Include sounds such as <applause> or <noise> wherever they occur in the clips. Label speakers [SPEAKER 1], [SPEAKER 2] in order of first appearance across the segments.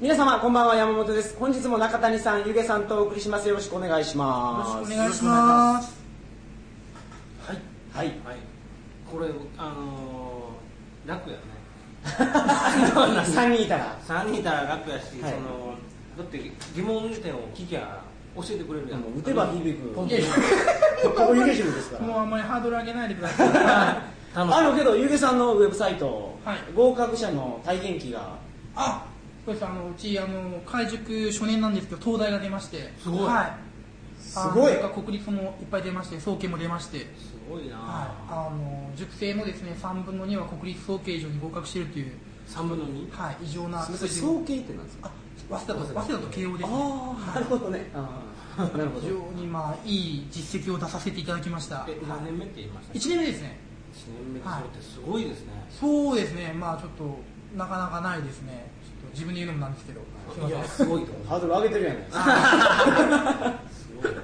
[SPEAKER 1] 皆様こんばんは山本です本日も中谷さんゆげさんとお送りしますよろしくお願いしま
[SPEAKER 2] お
[SPEAKER 1] す
[SPEAKER 2] 願いします
[SPEAKER 3] はい
[SPEAKER 1] はい <laughs>
[SPEAKER 3] はいこれあのー、楽やね
[SPEAKER 1] 3人いたら
[SPEAKER 3] 3人いたら楽やし、
[SPEAKER 1] はい
[SPEAKER 3] そのだって疑問点を聞きゃ教えてくれるやん
[SPEAKER 1] もう打てば
[SPEAKER 3] <laughs>
[SPEAKER 1] 響く
[SPEAKER 2] ポン
[SPEAKER 1] 湯気汁ですか
[SPEAKER 2] もう
[SPEAKER 1] ら
[SPEAKER 2] あんまりハードル上げないでくださいはい
[SPEAKER 3] 楽し
[SPEAKER 1] あ
[SPEAKER 3] い
[SPEAKER 1] るけどゆげさんのウェブサイト、
[SPEAKER 2] はい
[SPEAKER 1] 合格者の体験記が
[SPEAKER 2] あそうですあのうちあの開塾初年なんですけど東大が出まして
[SPEAKER 3] すごい
[SPEAKER 2] はい
[SPEAKER 1] すごい
[SPEAKER 2] あのなんか国立もいっぱい出まして総計も出まして
[SPEAKER 3] すごいな、
[SPEAKER 2] はい、あの塾生のですね3分の2は国立総計以上に合格しているという、
[SPEAKER 3] 3分の2
[SPEAKER 2] はい、異常な数字
[SPEAKER 1] 総計ってなんですか
[SPEAKER 2] あ早稲田と早稲田と慶応です、ね、
[SPEAKER 1] ああなるほどねあーなるほ
[SPEAKER 2] 非
[SPEAKER 1] ど
[SPEAKER 2] 常にまあいい実績を出させていただきました
[SPEAKER 3] え何年目って言いました
[SPEAKER 2] 1年目ですね
[SPEAKER 3] 1年目でそうってすごいですね、
[SPEAKER 2] そうですねまあちょっとなかなかないですねちょっと自分で言うのもなんですけどすいま
[SPEAKER 3] い、
[SPEAKER 2] せん
[SPEAKER 3] やすごいと思
[SPEAKER 1] ハードル上げてるやないですか
[SPEAKER 3] うすごいな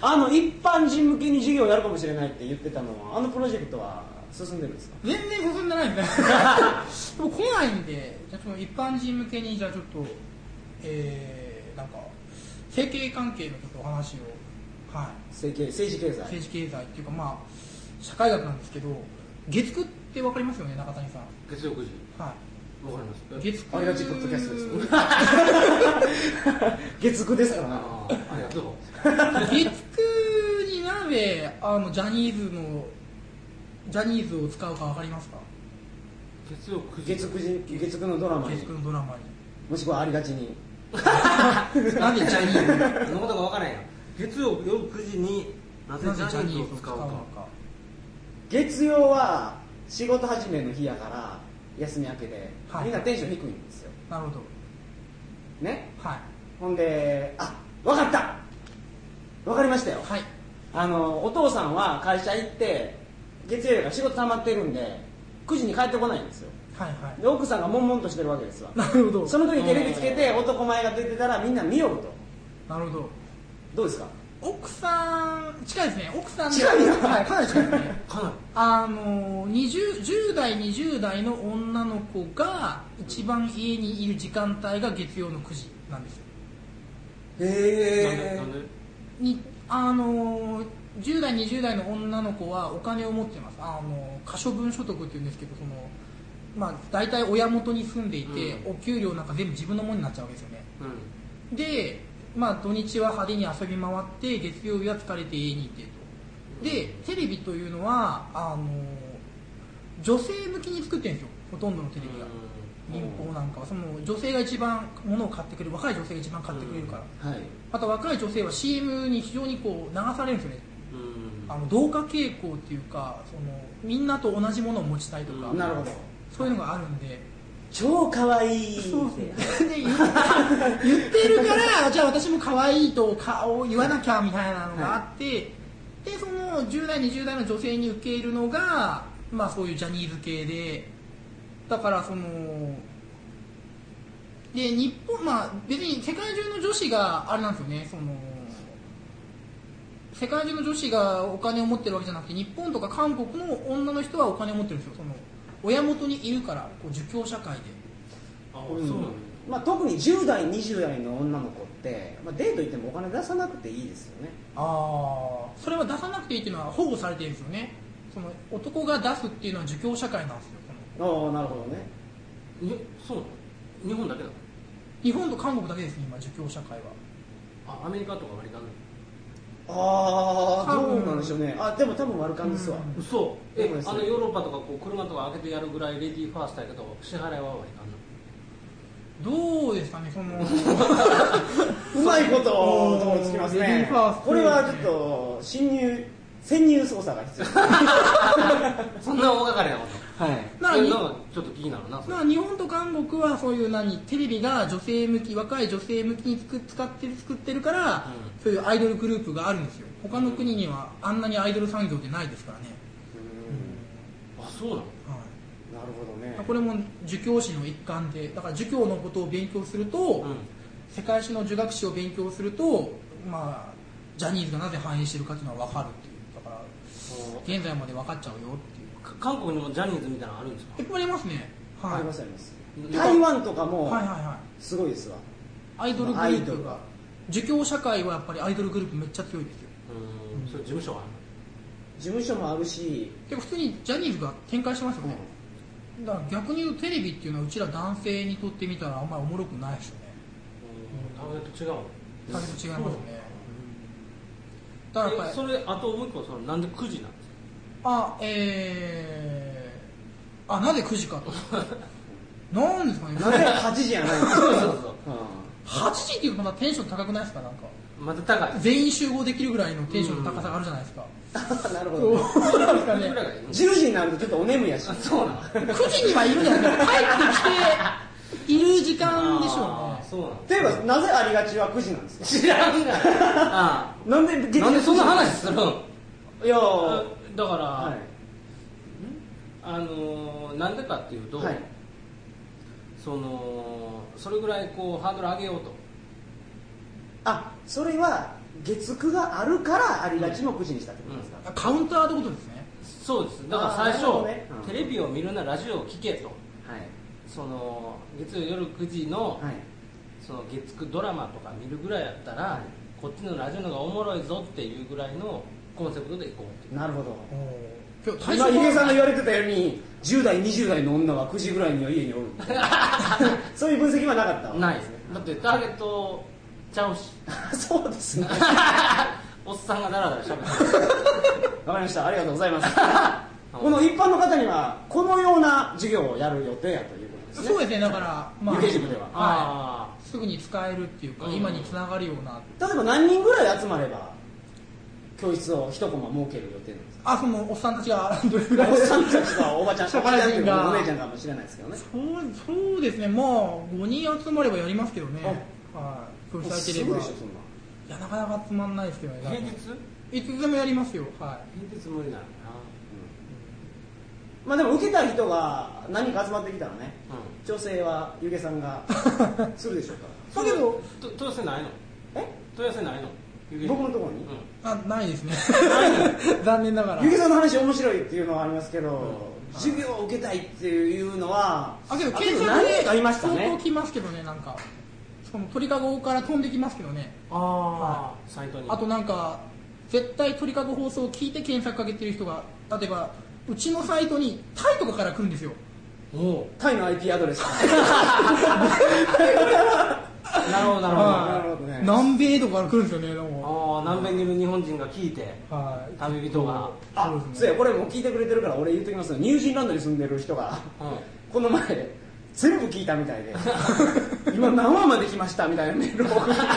[SPEAKER 1] あの一般人向けに授業をやるかもしれないって言ってたのはあのプロジェクトは進んでるんですか
[SPEAKER 2] 全然進ん
[SPEAKER 1] <laughs>
[SPEAKER 2] でないんだでも来ないんでじゃあちょっと一般人向けにじゃあちょっとえー、なんか政経関係のちょっとお話をはい
[SPEAKER 1] 政経政治経済
[SPEAKER 2] 政治経済っていうかまあ社会学なんですけど月9ってわかりますよね中谷さん
[SPEAKER 3] 月曜9時
[SPEAKER 2] は
[SPEAKER 3] わかります
[SPEAKER 2] い月
[SPEAKER 1] あ
[SPEAKER 2] 9
[SPEAKER 1] りがちポッドキャストです月9ですからな
[SPEAKER 3] あーありがとう
[SPEAKER 2] 月9になぜあのジャニーズのジャニーズを使うかわかりますか
[SPEAKER 3] 月曜9時
[SPEAKER 1] 月9時月9のドラマに
[SPEAKER 2] 月9のドラマに
[SPEAKER 1] もしくはありがちに
[SPEAKER 2] なんでジャニー
[SPEAKER 3] そんなことがわからんやん月曜夜9時にな
[SPEAKER 2] ズ
[SPEAKER 3] ぜ
[SPEAKER 2] な
[SPEAKER 3] ジ
[SPEAKER 2] ぜジャ
[SPEAKER 3] ャニ
[SPEAKER 2] ニ
[SPEAKER 3] ー
[SPEAKER 2] ーズ
[SPEAKER 3] ズ
[SPEAKER 2] を
[SPEAKER 3] を
[SPEAKER 2] 使
[SPEAKER 3] 使
[SPEAKER 2] う
[SPEAKER 3] う
[SPEAKER 2] の
[SPEAKER 3] か
[SPEAKER 2] か
[SPEAKER 1] 月曜は仕事始めの日やから休み明けで、
[SPEAKER 2] はい
[SPEAKER 1] みんなテンション低いんですよ
[SPEAKER 2] なるほど
[SPEAKER 1] ね
[SPEAKER 2] はい
[SPEAKER 1] ほんであわかったわかりましたよ
[SPEAKER 2] はい
[SPEAKER 1] あのお父さんは会社行って月曜日から仕事溜まってるんで9時に帰ってこないんですよ
[SPEAKER 2] はいはい
[SPEAKER 1] で奥さんが悶々としてるわけです
[SPEAKER 2] <laughs>
[SPEAKER 1] わ
[SPEAKER 2] なるほど
[SPEAKER 1] その時テレビつけて男前が出てたらみんな見よると
[SPEAKER 2] なるほど
[SPEAKER 1] どうですか
[SPEAKER 2] 奥さん近いですね奥さんの
[SPEAKER 1] 近いな
[SPEAKER 2] はいかなり近いですね
[SPEAKER 3] かなり
[SPEAKER 2] あの 20, 10代20代の女の子が一番家にいる時間帯が月曜の9時なんですよ
[SPEAKER 3] なんで
[SPEAKER 1] へ
[SPEAKER 3] なんで
[SPEAKER 2] にあの10代20代の女の子はお金を持ってますあの可処分所得っていうんですけどそのまあ大体親元に住んでいて、
[SPEAKER 3] う
[SPEAKER 2] お給料なんか全部自分のものになっちゃうわけですよね
[SPEAKER 3] うん
[SPEAKER 2] で、まあ、土日は派手に遊び回って月曜日は疲れて家にいてとでテレビというのはあの女性向きに作ってるんですよほとんどのテレビが
[SPEAKER 1] うん
[SPEAKER 2] 民放なんかはその女性が一番物を買ってくれる若い女性が一番買ってくれるから、
[SPEAKER 1] はい
[SPEAKER 2] あと若い女性は CM に非常にこう流されるんですよね
[SPEAKER 3] うん
[SPEAKER 2] あの同化傾向っていうかそのみんなと同じものを持ちたいとか、
[SPEAKER 3] うん
[SPEAKER 1] なるほど
[SPEAKER 2] そういうのがあるんで
[SPEAKER 1] 超かわいい
[SPEAKER 2] そうですね。で言っ言ってるから、じゃあ私も可愛いと顔を言わなきゃみたいなのがあって、で、その10代、20代の女性に受け入れるのが、まあそういうジャニーズ系で、だからその、で、日本、まあ別に世界中の女子があれなんですよね、その、世界中の女子がお金を持ってるわけじゃなくて日本とか韓国の女の人はお金を持ってるんですよその親元にいるからこう儒教社会で
[SPEAKER 3] あ
[SPEAKER 1] う
[SPEAKER 3] そうんなんだ
[SPEAKER 1] まあ、特に10代20代の女の子って、まあ、デート行ってもお金出さなくていいですよね
[SPEAKER 2] ああそれは出さなくていいっていうのは保護されてるんですよねその男が出すっていうのは儒教社会なんですよこの
[SPEAKER 1] ああなるほどね
[SPEAKER 3] にそうなの日本だけだ
[SPEAKER 2] 日本と韓国だけですね今儒教社会は
[SPEAKER 3] あアメリカとか割り勘
[SPEAKER 1] ああ
[SPEAKER 2] 多
[SPEAKER 1] ど
[SPEAKER 2] 分
[SPEAKER 1] うなんでしょうねあでも多分悪感ですわ、
[SPEAKER 2] うん
[SPEAKER 3] 嘘え
[SPEAKER 1] そうです
[SPEAKER 3] あのヨーロッパとかこう車とか開けてやるぐらいレディーファーストやけど支払いは割り勘なの
[SPEAKER 2] どうですかねそ
[SPEAKER 3] <laughs>
[SPEAKER 2] の
[SPEAKER 1] うまいことと思いつきます
[SPEAKER 2] レディ
[SPEAKER 1] ね
[SPEAKER 2] ーファースト
[SPEAKER 1] これはちょっと侵入潜入捜査が必要
[SPEAKER 3] そんな大掛かりなこ
[SPEAKER 1] はい
[SPEAKER 3] と
[SPEAKER 2] な
[SPEAKER 3] な
[SPEAKER 2] あに
[SPEAKER 3] んかちょっと気になるなそれ
[SPEAKER 2] まあ日本と韓国はそういう何テレビが女性向き若い女性向きにつく使って作ってるから、
[SPEAKER 3] う
[SPEAKER 2] そういうアイドルグループがあるんですよ他の国にはあんなにアイドル産業ってないですからね、
[SPEAKER 3] あそうなの
[SPEAKER 2] はい
[SPEAKER 1] なるほどね
[SPEAKER 2] これも儒教史の一環でだから儒教のことを勉強すると、
[SPEAKER 3] うん
[SPEAKER 2] 世界史の儒学史を勉強すると、まあ、ジャニーズがなぜ反映してるかっていうのは分かるっていうだから現在まで分かっちゃうよっていう
[SPEAKER 3] か韓国にもジャニーズみたいなのあるんですか
[SPEAKER 2] いっぱいありますね、
[SPEAKER 1] ありますすあります台湾とか
[SPEAKER 2] はい
[SPEAKER 1] も
[SPEAKER 2] はいはい
[SPEAKER 1] すごいですわ、
[SPEAKER 2] アイドルグル
[SPEAKER 1] アイ
[SPEAKER 2] ー
[SPEAKER 1] ド
[SPEAKER 2] プ
[SPEAKER 1] ル
[SPEAKER 2] が
[SPEAKER 1] が
[SPEAKER 2] 儒教社会はやっぱりアイドルグループめっちゃ強いですよ
[SPEAKER 3] うんそれ事務所は
[SPEAKER 1] 事務所もあるし、
[SPEAKER 2] でも普通にジャニーズが展開してますよね、だから逆に言うとテレビっていうのはうちら男性にとってみたらあんまりおもろくないですよね
[SPEAKER 3] うんターゲット違うもん
[SPEAKER 2] だけど違いますよねだからや
[SPEAKER 3] え
[SPEAKER 2] っぱり
[SPEAKER 3] それあともう一個そのなんで9時なんですか
[SPEAKER 2] あえー、あなぜ9時かと
[SPEAKER 1] <laughs>
[SPEAKER 2] なんですかね
[SPEAKER 1] なぜ8時やないの <laughs>
[SPEAKER 3] そうそうそう
[SPEAKER 2] 8時っていうとまだテンション高くないですかなんか
[SPEAKER 3] また高い
[SPEAKER 2] 全員集合できるぐらいのテンションの高さがあるじゃないですか、
[SPEAKER 1] うん、 <laughs> なるほ
[SPEAKER 2] そう
[SPEAKER 1] ど
[SPEAKER 2] ですかね
[SPEAKER 3] ぐらいがいいの
[SPEAKER 1] 10時になるとちょっとお眠やし
[SPEAKER 3] そうなの
[SPEAKER 2] 9時にはいるんじゃないですか帰ってきている時間でしょ
[SPEAKER 3] あーそうな
[SPEAKER 1] 例えばなぜありがちは9時なんですか
[SPEAKER 3] の知らんがあ
[SPEAKER 1] なんで
[SPEAKER 3] ー
[SPEAKER 1] 月曜
[SPEAKER 3] なんでそんな話するん
[SPEAKER 1] いやー
[SPEAKER 3] あだから、
[SPEAKER 1] はい
[SPEAKER 3] あのーなんでかっていうと、
[SPEAKER 1] はい
[SPEAKER 3] そのそれぐらいこうハードル上げようと
[SPEAKER 1] あそれは月9があるからありがちも9時にしたってことですか、
[SPEAKER 2] うねカウンターってことですね
[SPEAKER 3] そうですだから
[SPEAKER 1] あーな
[SPEAKER 3] 最
[SPEAKER 1] るほ
[SPEAKER 3] 初、
[SPEAKER 1] どねうん
[SPEAKER 3] テレビを見るならラジオを聞けと
[SPEAKER 1] はい
[SPEAKER 3] その月曜夜9時の,、
[SPEAKER 1] はい
[SPEAKER 3] その月9ドラマとか見るぐらいやったら、
[SPEAKER 1] は
[SPEAKER 3] こっちのラジオの方がおもろいぞっていうぐらいのコンセプトでいこうって
[SPEAKER 1] なるほど
[SPEAKER 2] 今日最
[SPEAKER 1] 今
[SPEAKER 2] 初
[SPEAKER 1] ヒゲさん
[SPEAKER 2] は
[SPEAKER 1] が言われてたように10代20代の女は9時ぐらいには家に <laughs> おるそういう分析はなかったわ
[SPEAKER 3] ないですねだってターゲットちゃうし
[SPEAKER 1] <laughs> そうですね
[SPEAKER 3] <laughs> おっさんがダラダラしゃべってる
[SPEAKER 1] わかりましたありがとうございます <laughs> この一般の方にはこのような授業をやる予定やということですね
[SPEAKER 2] そうですねだから
[SPEAKER 1] 湯気塾では
[SPEAKER 3] あ
[SPEAKER 2] い、すぐに使えるっていうか、
[SPEAKER 3] うん
[SPEAKER 2] 今につながるような
[SPEAKER 1] 例えば何人ぐらい集まれば教室を一コマ設ける予定なんですか
[SPEAKER 2] あそのおっさんたちが <laughs> どれぐらい
[SPEAKER 1] おっさんたちはおばちゃん、
[SPEAKER 2] 社
[SPEAKER 1] おば
[SPEAKER 2] 会
[SPEAKER 1] ちゃんってい
[SPEAKER 2] 人
[SPEAKER 1] う
[SPEAKER 2] が
[SPEAKER 1] かお姉ちゃんかもしれないですけどね。
[SPEAKER 2] そうそうですねまあ5人集まればやりますけどねはいそうしたければ
[SPEAKER 1] もうすぐで
[SPEAKER 2] い
[SPEAKER 1] しょ、そんな。
[SPEAKER 2] やなかなかつまんないですけどね
[SPEAKER 3] ー平日
[SPEAKER 2] いつでもやりますよは
[SPEAKER 3] 平日無理なのか
[SPEAKER 1] まあでも受けた人が何人か集まってきたらね、
[SPEAKER 3] なうん
[SPEAKER 1] 調整はゆげさんがするでしょうから。
[SPEAKER 2] だけど
[SPEAKER 3] と問い合わせないの
[SPEAKER 1] え
[SPEAKER 3] 問い合わせないの
[SPEAKER 1] 僕のところ
[SPEAKER 3] うん
[SPEAKER 1] に、
[SPEAKER 2] いあないですね <laughs> 残念ながら
[SPEAKER 1] ゆげさんの話面白いっていうのはありますけど、
[SPEAKER 3] ん
[SPEAKER 1] 授業を受けたいっていうのは、
[SPEAKER 2] あけど
[SPEAKER 1] で
[SPEAKER 2] 検
[SPEAKER 1] も
[SPEAKER 2] 索
[SPEAKER 1] 何
[SPEAKER 2] で
[SPEAKER 1] 人かいました
[SPEAKER 2] 相当
[SPEAKER 1] ね。
[SPEAKER 2] 来ますけどねなんかその鳥かごから飛んできますけどね
[SPEAKER 3] ああサイトに
[SPEAKER 2] あとなんか絶対鳥かご放送を聞いて検索かけてる人が例えばうちのサイトにタイとかから来るんですよ
[SPEAKER 3] も
[SPEAKER 1] タイの IP アド
[SPEAKER 2] <laughs>
[SPEAKER 1] レス。
[SPEAKER 3] うなるほどなるほど
[SPEAKER 1] はなるほどね
[SPEAKER 2] 南米とかから来るんですよねどうも
[SPEAKER 3] ああ南米にいる日本人が聞いて
[SPEAKER 2] はい
[SPEAKER 3] 旅人が
[SPEAKER 1] あ、そうや、これもう聞いてくれてるから俺言っときますよ。ニュージーランドに住んでる人 <laughs> が。
[SPEAKER 3] う
[SPEAKER 1] この前全部聞いたみたいで <laughs> 今何話まで来ましたみたいなメールを送ってくれ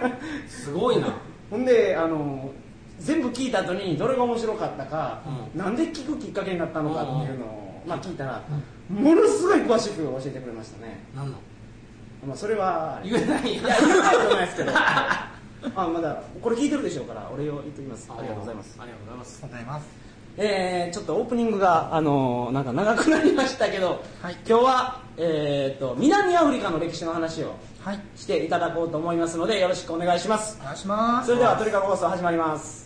[SPEAKER 1] <laughs> て
[SPEAKER 3] んすごいな
[SPEAKER 1] ほんであの全部聞いた後にどれが面白かったか、
[SPEAKER 3] う
[SPEAKER 1] なんで聞くきっかけになったのかっていうのを、まあ、聞いたら、ものすごい詳しく教えてくれましたね、
[SPEAKER 3] 何の
[SPEAKER 1] まあ、それは
[SPEAKER 3] 言えない
[SPEAKER 1] いや言うないことないですけ <laughs> どあまだこれ聞いてるでしょうからお礼を言ってきますありがとうございます
[SPEAKER 3] ありがとうございます
[SPEAKER 2] ございます
[SPEAKER 1] えー、ちょっとオープニングが、あのーなんか長くなりましたけど、
[SPEAKER 2] はい
[SPEAKER 1] 今日は、えー、と南アフリカの歴史の話を
[SPEAKER 2] はい
[SPEAKER 1] していただこうと思いますのでよろしくお願いします
[SPEAKER 2] お願いします
[SPEAKER 1] それではトリカゴ放送始まります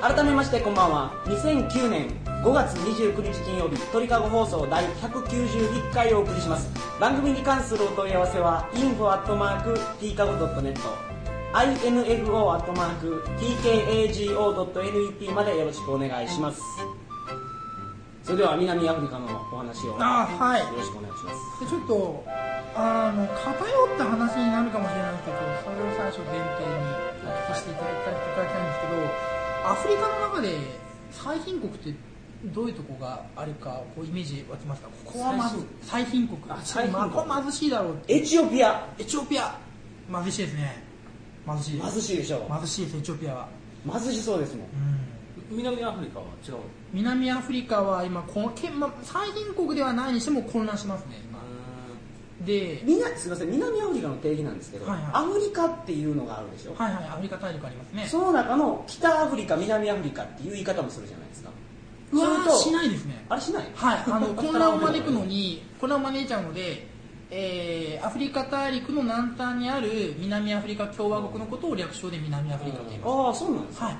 [SPEAKER 1] 改めましてこんばんは2009年5月29日金曜日トリカゴ放送第191回をお送りします番組に関するお問い合わせは info.tkago.net info.tkago.net までよろしくお願いしますそれでは南アフリカのお話をよ
[SPEAKER 2] あーはい
[SPEAKER 1] ろしくお願いします
[SPEAKER 2] でちょっとあの偏った話になるかもしれないですけどそれを最初前提にお聞きしていただきたいいただきたいんですけどアフリカの中で最貧国ってどういうとこがあるかこうイメージ湧きますかここはまず最貧国
[SPEAKER 3] あ最貧
[SPEAKER 2] まあ
[SPEAKER 3] 国
[SPEAKER 2] ここは貧しいだろう
[SPEAKER 1] エチオピア
[SPEAKER 2] エチオピア貧しいですね貧しいです
[SPEAKER 1] 貧しいでしょ
[SPEAKER 2] 貧しいですエチオピアは
[SPEAKER 1] 貧しそうですね
[SPEAKER 3] 南アフリカは違う
[SPEAKER 2] 南アフリカは今このけ、ま、最貧国ではないにしても混乱してますね今で、
[SPEAKER 1] みなすいません南アフリカの定義なんですけど、
[SPEAKER 2] はいは
[SPEAKER 1] ア
[SPEAKER 2] い
[SPEAKER 1] フリカっていうのがあるでしょ、
[SPEAKER 2] はいはい、アフリカ大陸ありますね
[SPEAKER 1] その中の北アフリカ南アフリカっていう言い方もするじゃないですか
[SPEAKER 2] うわー
[SPEAKER 1] す
[SPEAKER 2] し
[SPEAKER 1] ると
[SPEAKER 2] ないですね
[SPEAKER 1] あれしない
[SPEAKER 2] はい、
[SPEAKER 1] <laughs>
[SPEAKER 2] あの混乱を招くのに混乱を招いちゃうので、えーアフリカ大陸の南端にある南アフリカ共和国のことを略称で南アフリカと言います、
[SPEAKER 1] ああそうなんですか、
[SPEAKER 2] はい
[SPEAKER 1] あ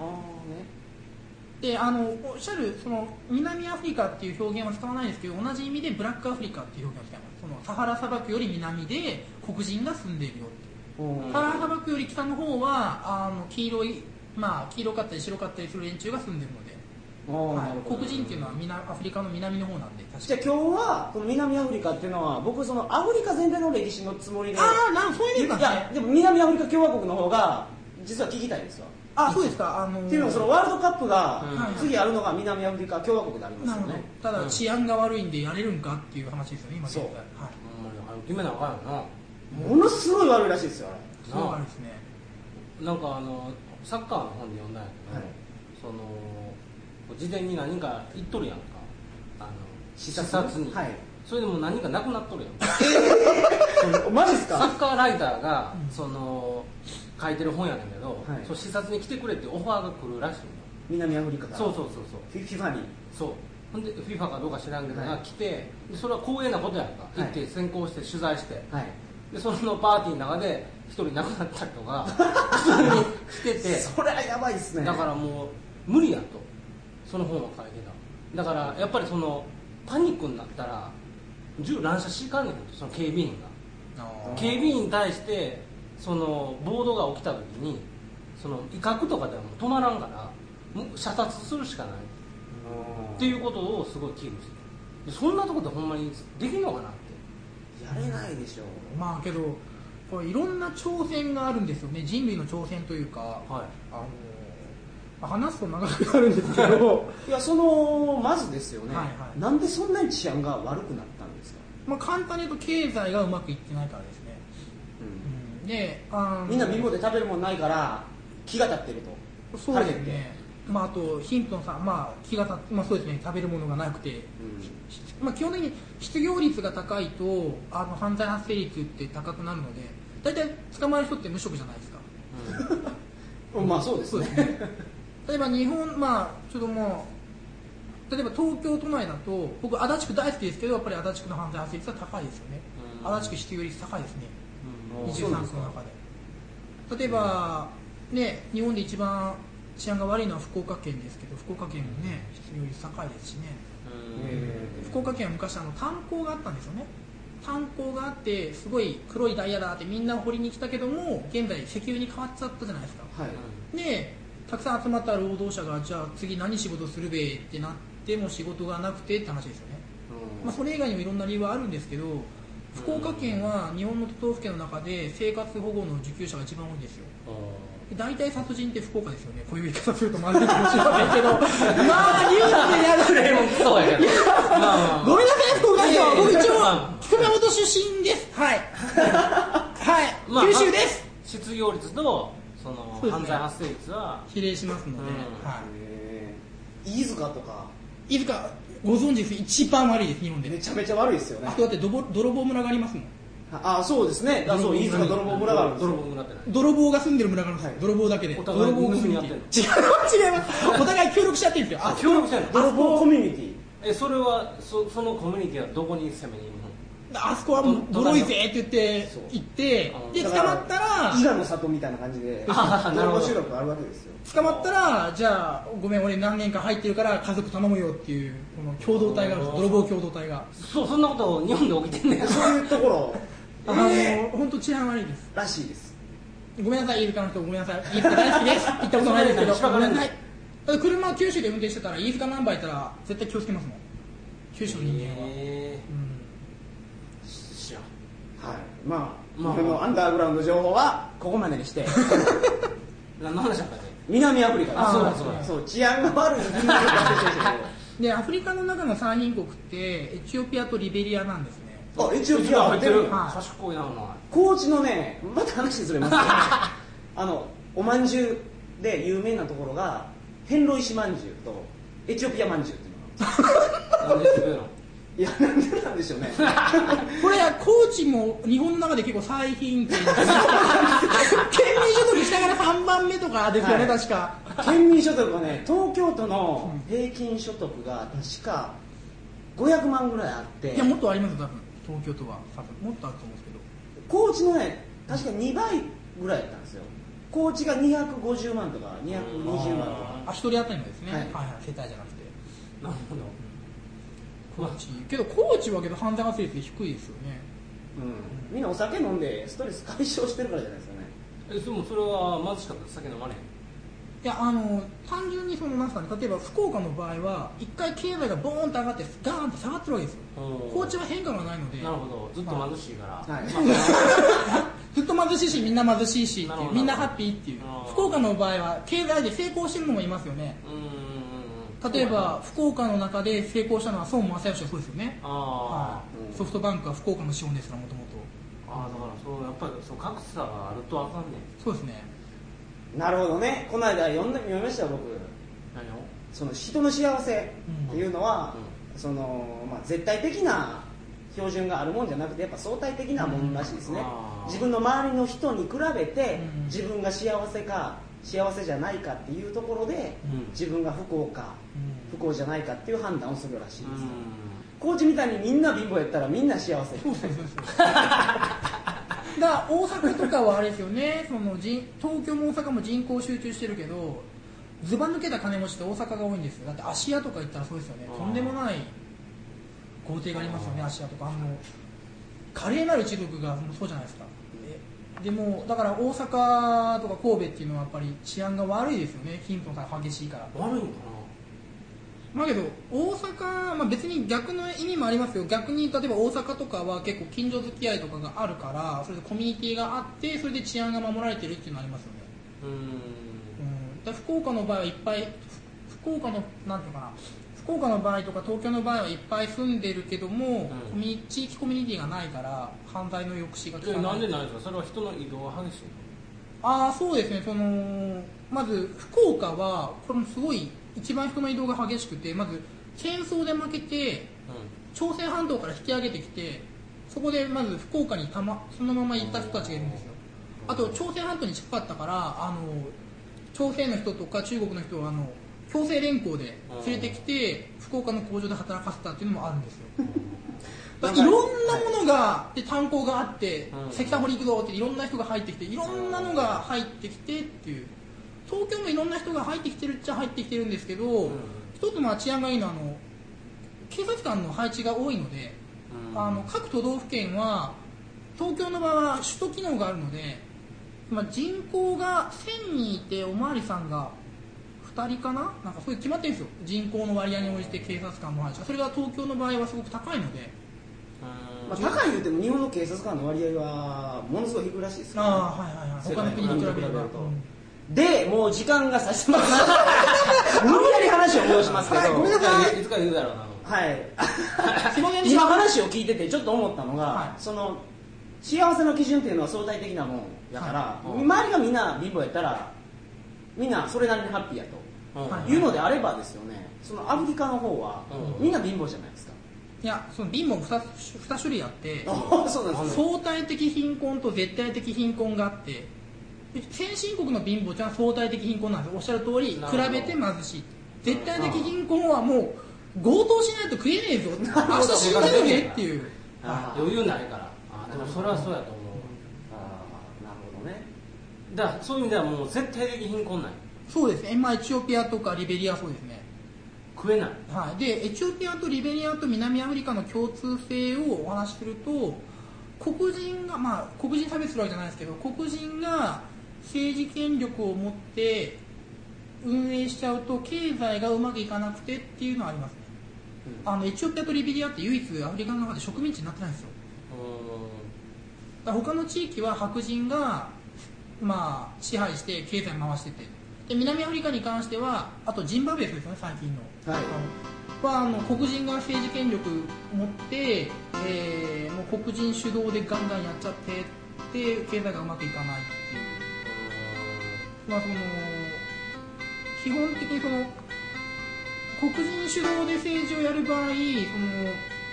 [SPEAKER 2] であのおっしゃるその南アフリカっていう表現は使わないですけど同じ意味でブラックアフリカっていう表現を使いますそのサハラ砂漠より南で黒人が住んでいるよ
[SPEAKER 1] ーねうん
[SPEAKER 2] サハラ砂漠より北の方はあの黄色いまあ黄色かったり白かったりする連中が住んでるので、
[SPEAKER 1] あー
[SPEAKER 2] は
[SPEAKER 1] ないるほど
[SPEAKER 2] 黒人っていうのは南アフリカの南の方なんで確かに
[SPEAKER 1] じゃあ今日はこの南アフリカっていうのは僕そのアフリカ全体の歴史のつもりで
[SPEAKER 2] ああなんそういう意味なん
[SPEAKER 1] い
[SPEAKER 2] です
[SPEAKER 1] や
[SPEAKER 2] ね
[SPEAKER 1] でも南アフリカ共和国の方が実は聞きたいんですわ
[SPEAKER 2] あそうですかあのー
[SPEAKER 1] っていうのはそのワールドカップが
[SPEAKER 2] うん
[SPEAKER 1] 次あるのが南アフリカ共和国でありま
[SPEAKER 2] な
[SPEAKER 1] す
[SPEAKER 2] る
[SPEAKER 1] よ
[SPEAKER 2] ほど
[SPEAKER 1] ね
[SPEAKER 2] た
[SPEAKER 3] う
[SPEAKER 2] だ
[SPEAKER 3] ん
[SPEAKER 2] 治安が悪いんでやれるんかっていう話ですよね今現在
[SPEAKER 1] そう
[SPEAKER 2] はい
[SPEAKER 3] うん早く決めなあかんよ
[SPEAKER 1] ものすごい悪いらしいですよあれ
[SPEAKER 2] そうあれですね
[SPEAKER 3] ななんかあのサッカーの本で読んだんやけど、
[SPEAKER 1] はい
[SPEAKER 3] その事前に何か言っとるやんかあの視察に、
[SPEAKER 1] はい
[SPEAKER 3] それでもう何かなくなっとるやんか
[SPEAKER 1] マジっす
[SPEAKER 3] サ
[SPEAKER 1] か
[SPEAKER 3] ッカーライターが、
[SPEAKER 2] うん
[SPEAKER 3] その書いてる本やねんけど、
[SPEAKER 1] はい
[SPEAKER 3] そう視察に来てくれってオファーが来るらしいの
[SPEAKER 1] 南アフリカから
[SPEAKER 3] そうそうそうそう
[SPEAKER 1] フィフィファに
[SPEAKER 3] そうほんで FIFA かどうか知らんけどな、
[SPEAKER 1] はい
[SPEAKER 3] 来てでそれは光栄なことやんか、
[SPEAKER 1] い
[SPEAKER 3] 行って先行して取材して
[SPEAKER 1] はい
[SPEAKER 3] でそのパーティーの中で一人亡くなったりとか普通にしてて
[SPEAKER 1] それはやばいっすね
[SPEAKER 3] だからもう無理やとその本は書いてただからやっぱりそのパニックになったら銃乱射しかねんとその警備員が
[SPEAKER 2] あ
[SPEAKER 3] 警備員に対してその暴動が起きた時にその威嚇とかではもう止まらんからもう射殺するしかない
[SPEAKER 1] うん
[SPEAKER 3] っていうことをすごい危惧してるでそんなとこでほんまにできんのかなって
[SPEAKER 1] やれないでしょ
[SPEAKER 2] まあけどこれいろんな挑戦があるんですよね人類の挑戦というか
[SPEAKER 3] はい
[SPEAKER 2] あのまあ話すと長くなるんですけ
[SPEAKER 1] <laughs>
[SPEAKER 2] ど
[SPEAKER 1] いやそのまずですよね、
[SPEAKER 2] はいはい
[SPEAKER 1] なんでそんなに治安が悪くなったんですか、
[SPEAKER 2] まあ簡単に言うと経済がうまくいってないからですねうんであの
[SPEAKER 1] みんな貧乏で食べるもんないから気が立ってると
[SPEAKER 2] そうです
[SPEAKER 1] 食べて
[SPEAKER 2] ねまああと貧富の差まあ気がたまあそうですね食べるものがなくて
[SPEAKER 1] うん
[SPEAKER 2] まあ、基本的に失業率が高いとあの犯罪発生率って高くなるので大体捕まえる人って無職じゃないですか
[SPEAKER 1] うんまあそうですね
[SPEAKER 2] そうです <laughs> 例えば日本まあちょっともう例えば東京都内だと僕足立区大好きですけどやっぱり足立区の犯罪発生率は高いですよね
[SPEAKER 3] うん
[SPEAKER 2] 足立区失業率高いですね
[SPEAKER 3] うん
[SPEAKER 1] うん
[SPEAKER 2] 23区の中で例えばね日本で一番治安が悪いのは福岡県ですけど福岡県もね失業率高いですしね
[SPEAKER 1] えー
[SPEAKER 2] 福岡県は昔あの炭鉱があったんですよね炭鉱があってすごい黒いダイヤだってみんな掘りに来たけども現在石油に変わっちゃったじゃないですか
[SPEAKER 1] はい
[SPEAKER 2] でたくさん集まった労働者がじゃあ次何仕事するべってなっても仕事がなくてって話ですよね、まあ、それ以外にもいろんな理由はあるんですけど福岡県は日本の都道府県の中で生活保護の受給者が一番多いんですよで大体殺人って福岡ですよねこういう言い方するとまずいかもしれないけどまあニュースでや
[SPEAKER 3] そ
[SPEAKER 2] る
[SPEAKER 3] れも来そ
[SPEAKER 2] <laughs>
[SPEAKER 3] うやけどまあまあま
[SPEAKER 2] ごめんなさい、福岡市は。僕一
[SPEAKER 3] いやいや
[SPEAKER 2] 応、熊本出身です。はい。 <laughs> はい、
[SPEAKER 3] あまあ
[SPEAKER 2] 九州です。
[SPEAKER 3] 失業率とその
[SPEAKER 2] そうですね
[SPEAKER 3] 犯罪発生率は
[SPEAKER 2] 比例しますので、
[SPEAKER 3] うん
[SPEAKER 2] は
[SPEAKER 1] えー飯塚とか
[SPEAKER 2] い。いつか、ご存知です。一番悪いです、日本
[SPEAKER 1] め
[SPEAKER 2] で。
[SPEAKER 1] ちゃめちゃ悪いですよね
[SPEAKER 2] あとだって、どぼ泥棒村がありますもん。
[SPEAKER 1] ああそうですねだそう飯塚泥棒村があるんです
[SPEAKER 3] 泥
[SPEAKER 1] よ
[SPEAKER 3] 棒村ってない
[SPEAKER 2] 泥棒が住んでる村があるんですよ
[SPEAKER 1] はい
[SPEAKER 2] 泥棒だけで。
[SPEAKER 3] お互い
[SPEAKER 2] 泥棒
[SPEAKER 3] 盗み合って
[SPEAKER 2] 違う違
[SPEAKER 3] んの、
[SPEAKER 2] います。お互い協力し合ってるんですよ。あ
[SPEAKER 3] あ協力してんの
[SPEAKER 1] 泥棒コミュニティ
[SPEAKER 3] えそれはそそのコミュニティはどこに攻めに行
[SPEAKER 2] あそこはもう、
[SPEAKER 3] ど
[SPEAKER 2] ボロいぜって言って
[SPEAKER 1] そう、
[SPEAKER 2] 行って、で、
[SPEAKER 1] だ
[SPEAKER 2] 捕
[SPEAKER 1] から
[SPEAKER 2] まったら、
[SPEAKER 1] 伊賀の里みたいな感じで
[SPEAKER 3] あーなる
[SPEAKER 1] 泥
[SPEAKER 3] ほ
[SPEAKER 1] 棒
[SPEAKER 3] ど
[SPEAKER 1] 集落があるわけですよ
[SPEAKER 2] 捕まったら、じゃあ、ごめん、俺何年か入ってるから、家族頼むよっていう、この共同体があるんですよ泥棒共同体が。
[SPEAKER 3] くのそうそんなこと日本で起きてんねん
[SPEAKER 1] そういうところ
[SPEAKER 2] あの本当治安悪いです。
[SPEAKER 1] らしいです
[SPEAKER 2] ごめんなさい、イルカの人、ごめんなさい、飯塚大好きです。 <laughs> 行ったことないですけど、
[SPEAKER 3] しば
[SPEAKER 2] ご
[SPEAKER 3] か
[SPEAKER 2] め
[SPEAKER 3] れ
[SPEAKER 2] ん
[SPEAKER 3] ない
[SPEAKER 2] なさい。だって車を九州で運転してたら、飯塚ナンバーいたら、絶対気をつけますもん。九州の人間は。
[SPEAKER 3] え
[SPEAKER 2] うん
[SPEAKER 3] ー知らん
[SPEAKER 1] はいまあ、
[SPEAKER 3] まあ
[SPEAKER 1] これのアンダーグラウンド情報はここまでに
[SPEAKER 3] <laughs>
[SPEAKER 1] して
[SPEAKER 3] 何の話だったっけ
[SPEAKER 1] 南アフリカです
[SPEAKER 3] あそうだそうだ
[SPEAKER 1] そう治安が悪い南
[SPEAKER 3] <laughs>
[SPEAKER 1] アフリカって言ってましたけど
[SPEAKER 2] で、アフリカの中の産貧国って、エチオピアとリベリアなんですね。
[SPEAKER 1] あ、一応ピア入ってる。
[SPEAKER 2] はい
[SPEAKER 3] 賢いなお前
[SPEAKER 1] 高知のね、また話ずれますけど、あの、おまんじゅうで有名なところがヘンロイシまんじゅうとエチオピアまんじゅうっていうのがあるんですよ
[SPEAKER 3] なんで食べるの
[SPEAKER 1] いや、なんでなんでしょうね。
[SPEAKER 2] これ高知も日本の中で結構最貧 <laughs> 県県民所得下から3番目とかですよね、
[SPEAKER 1] はい
[SPEAKER 2] 確か
[SPEAKER 1] 県民所得はね、東京都の平均所得が確か500万ぐらいあって
[SPEAKER 2] いや、もっとありますよ多分東京都は多分もっとあると思うんですけど
[SPEAKER 1] 高知のね、確か2倍ぐらいだったんですよ。高知が250万とか220万とか。
[SPEAKER 2] あ一人当たりのですね、
[SPEAKER 1] は
[SPEAKER 2] はいいはい、世帯じゃなくて
[SPEAKER 3] なるほど
[SPEAKER 2] 高知けど高知はけど犯罪発生率低いですよね
[SPEAKER 1] うん。みんなお酒飲んでストレス解消してるからじゃないですかね。
[SPEAKER 3] えでもそれは貧しかったら酒飲まれへん
[SPEAKER 2] いやあの単純にそのなんすかね例えば福岡の場合は一回経済がボーンと上がってガーンと下がってるわけですよ高知は変化がないので
[SPEAKER 3] なるほどずっと貧しいから、
[SPEAKER 1] はい
[SPEAKER 3] まあ
[SPEAKER 2] ずっと貧しいしみんな貧しいしって
[SPEAKER 3] ないるほ
[SPEAKER 2] う
[SPEAKER 3] ど
[SPEAKER 2] みんなハッピーっていう
[SPEAKER 3] あー
[SPEAKER 2] 福岡の場合は経済で成功してるのもいますよね
[SPEAKER 3] うんうんうんうん
[SPEAKER 2] 例えば福岡の中で成功したのは孫正義はそうですよね
[SPEAKER 3] あ
[SPEAKER 2] はい
[SPEAKER 1] うん
[SPEAKER 2] ソフトバンクは福岡の資本ですからもともと
[SPEAKER 3] ーあーだからそうやっぱりそう格差があるとあかんねん
[SPEAKER 2] そうですね
[SPEAKER 1] なるほどね。この間読んで読みましたよ、僕。
[SPEAKER 3] 何を
[SPEAKER 1] その人の幸せっていうのは、
[SPEAKER 3] う
[SPEAKER 1] そのまあ、絶対的な標準があるもんじゃなくてやっぱ相対的なもんらしいですね
[SPEAKER 3] うんあー
[SPEAKER 1] 自分の周りの人に比べて
[SPEAKER 2] うん
[SPEAKER 1] 自分が幸せか幸せじゃないかっていうところで
[SPEAKER 3] うん
[SPEAKER 1] 自分が不幸か不幸じゃないかっていう判断をするらしいです
[SPEAKER 3] う
[SPEAKER 1] コーチみたいにみんな貧乏やったらみんな幸せ
[SPEAKER 2] そうそうそうそうだから大阪とかはあれですよねその人東京も大阪も人口集中してるけどずば抜けた金持ちって大阪が多いんですよだって芦屋とか行ったらそうですよね
[SPEAKER 3] あー
[SPEAKER 2] とんでもない豪邸がありますよね芦屋とかあの華麗なる一族がもうそうじゃないですかででもだから大阪とか神戸っていうのはやっぱり治安が悪いですよね貧富の差が激しいから
[SPEAKER 3] ん悪いんか
[SPEAKER 2] まあけど大阪、まあ、別に逆の意味もありますよ逆に例えば大阪とかは結構近所付き合いとかがあるからそれでコミュニティがあってそれで治安が守られてるっていうのはありますよね、
[SPEAKER 3] なうん
[SPEAKER 2] うん、だから福岡の場合はいっぱいふ福岡のなんていうかな福岡の場合とか東京の場合はいっぱい住んでるけども、コミュニ地域コミュニティがないから犯罪の抑止が効
[SPEAKER 3] え
[SPEAKER 2] か
[SPEAKER 3] な
[SPEAKER 2] なんい
[SPEAKER 3] でないんですかそれは人の移動が激しい
[SPEAKER 2] ああそうですねそのまず福岡はこれもすごい一番人の移動が激しくてまず戦争で負けて
[SPEAKER 3] の
[SPEAKER 2] 朝鮮半島から引き上げてきてそこでまず福岡にた、ま、そのまま行った人たちがいるんですよあと朝鮮半島に近かったからあの朝鮮の人とか中国の人をあの強制連行で連れてきて福岡の工場で働かせたっていうのもあるんですよだからいろんなものがで炭鉱があって
[SPEAKER 3] うん
[SPEAKER 2] 石炭掘り行くぞっていろんな人が入ってきていろんなのが入ってきてっていう東京もいろんな人が入ってきてるっちゃ入ってきてるんですけど、
[SPEAKER 3] ん
[SPEAKER 2] 一つまあ治安がいいのはあの警察官の配置が多いので、
[SPEAKER 3] うん
[SPEAKER 2] あの各都道府県は東京の場合は首都機能があるので、まあ、人口が1000人いておまわりさんが2人かななんかそういう決まってるんですよ人口の割合に応じて警察官も配置それが東京の場合はすごく高いので
[SPEAKER 3] うん
[SPEAKER 1] まあ、高い言うても日本の警察官の割合はものすごい低いらしいですからね、
[SPEAKER 2] ああはいはいはい他の国と比べれば、 <laughs> うん
[SPEAKER 1] でもう時間が差し迫ってました <laughs> 無理やり話を戻しますけど、
[SPEAKER 2] はいごめんなさい
[SPEAKER 3] いつか言うだろうな
[SPEAKER 1] はい、
[SPEAKER 2] すいませんでした
[SPEAKER 1] 今話を聞いててちょっと思ったのが、
[SPEAKER 2] はい
[SPEAKER 1] その幸せの基準っていうのは相対的なもんやから、
[SPEAKER 3] はい
[SPEAKER 1] 周りがみんな貧乏やったらみんなそれなりにハッピーや
[SPEAKER 3] うん
[SPEAKER 1] というのであればですよねそのアフリカの方は、
[SPEAKER 3] うん
[SPEAKER 1] みんな貧乏じゃないですか、
[SPEAKER 2] いやその貧乏 2, 2種類あって
[SPEAKER 1] あ <laughs> そうなんですね
[SPEAKER 2] 相対的貧困と絶対的貧困があってで先進国の貧乏ちゃんは相対的貧困なんですよおっしゃる通り比
[SPEAKER 3] なるほど
[SPEAKER 2] べて貧しい絶対的貧困はもう強盗しないと食えねえぞ
[SPEAKER 1] ほ
[SPEAKER 2] 明
[SPEAKER 1] ど
[SPEAKER 2] 日死んじゃうねっていう
[SPEAKER 1] あー
[SPEAKER 3] 余裕ないからあーでもそれはそうやと思う
[SPEAKER 1] あーなるほどね
[SPEAKER 3] だからそういう意味ではもう絶対的貧困ない
[SPEAKER 2] そうですねまあエチオピアとかリベリアはそうですね
[SPEAKER 3] 食えない
[SPEAKER 2] はい、でエチオピアとリベリアと南アフリカの共通性をお話しすると黒人が、まあ、黒人差別するわけじゃないですけど黒人が政治権力を持って運営しちゃうと経済がうまくいかなくてっていうのはありますね、あのエチオピアとリベリアって唯一アフリカの中で植民地になってないんですよだから他の地域は白人が、まあ、支配して経済回しててで南アフリカに関してはあとジンバブエですよね最近の、
[SPEAKER 1] はい
[SPEAKER 2] はあの黒人が政治権力持って、えーもう黒人主導でガンガンやっちゃってで経済がうまくいかないっていう、
[SPEAKER 3] う
[SPEAKER 2] まあ、その基本的にその黒人主導で政治をやる場合そ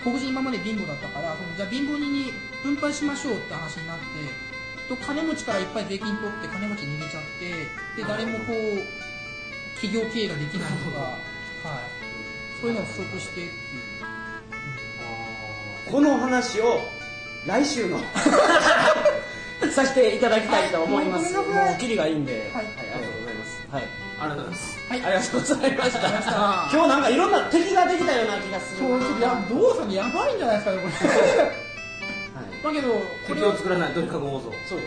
[SPEAKER 2] の黒人今まで貧乏だったからそのじゃあ貧乏人に分配しましょうって話になってと金持ちからいっぱい税金取って金持ちに逃げちゃってで誰もこう企業経営ができないとか、はい、そういうのが不足してっていう。
[SPEAKER 1] この話を来週のさせていただきたいと思います、
[SPEAKER 2] はいもうこれ
[SPEAKER 1] も
[SPEAKER 2] ぐらいう
[SPEAKER 1] キリがいいんで、
[SPEAKER 2] はい
[SPEAKER 1] ありがとうございます、はい
[SPEAKER 3] ありがとうございます
[SPEAKER 2] は
[SPEAKER 1] あり
[SPEAKER 2] い
[SPEAKER 1] がとうございました
[SPEAKER 2] ありがとうございま <laughs> した
[SPEAKER 1] 今日なんかいろんな敵ができたような気がする
[SPEAKER 2] そうちょっとやどうさんやばいんじゃないですかねこ
[SPEAKER 1] はい
[SPEAKER 2] れ <laughs> だけどこれ
[SPEAKER 3] 敵
[SPEAKER 2] は
[SPEAKER 3] を作らないとにかく放送
[SPEAKER 1] そう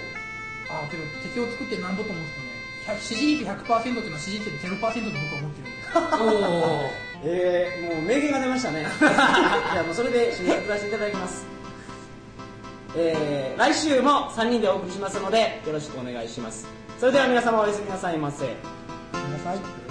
[SPEAKER 2] あけど敵を作ってなんぼと思うんですけどね100支持率100%っていうのは支持率0%と僕は思ってるんで
[SPEAKER 3] おお
[SPEAKER 1] えー、もう名言が出ましたねじゃあもうそれで締めくくらせていただきますえー、来週も3人でお送りしますのでよろしくお願いしますそれでは皆様おやすみなさいませ
[SPEAKER 2] <laughs> ごめんなさい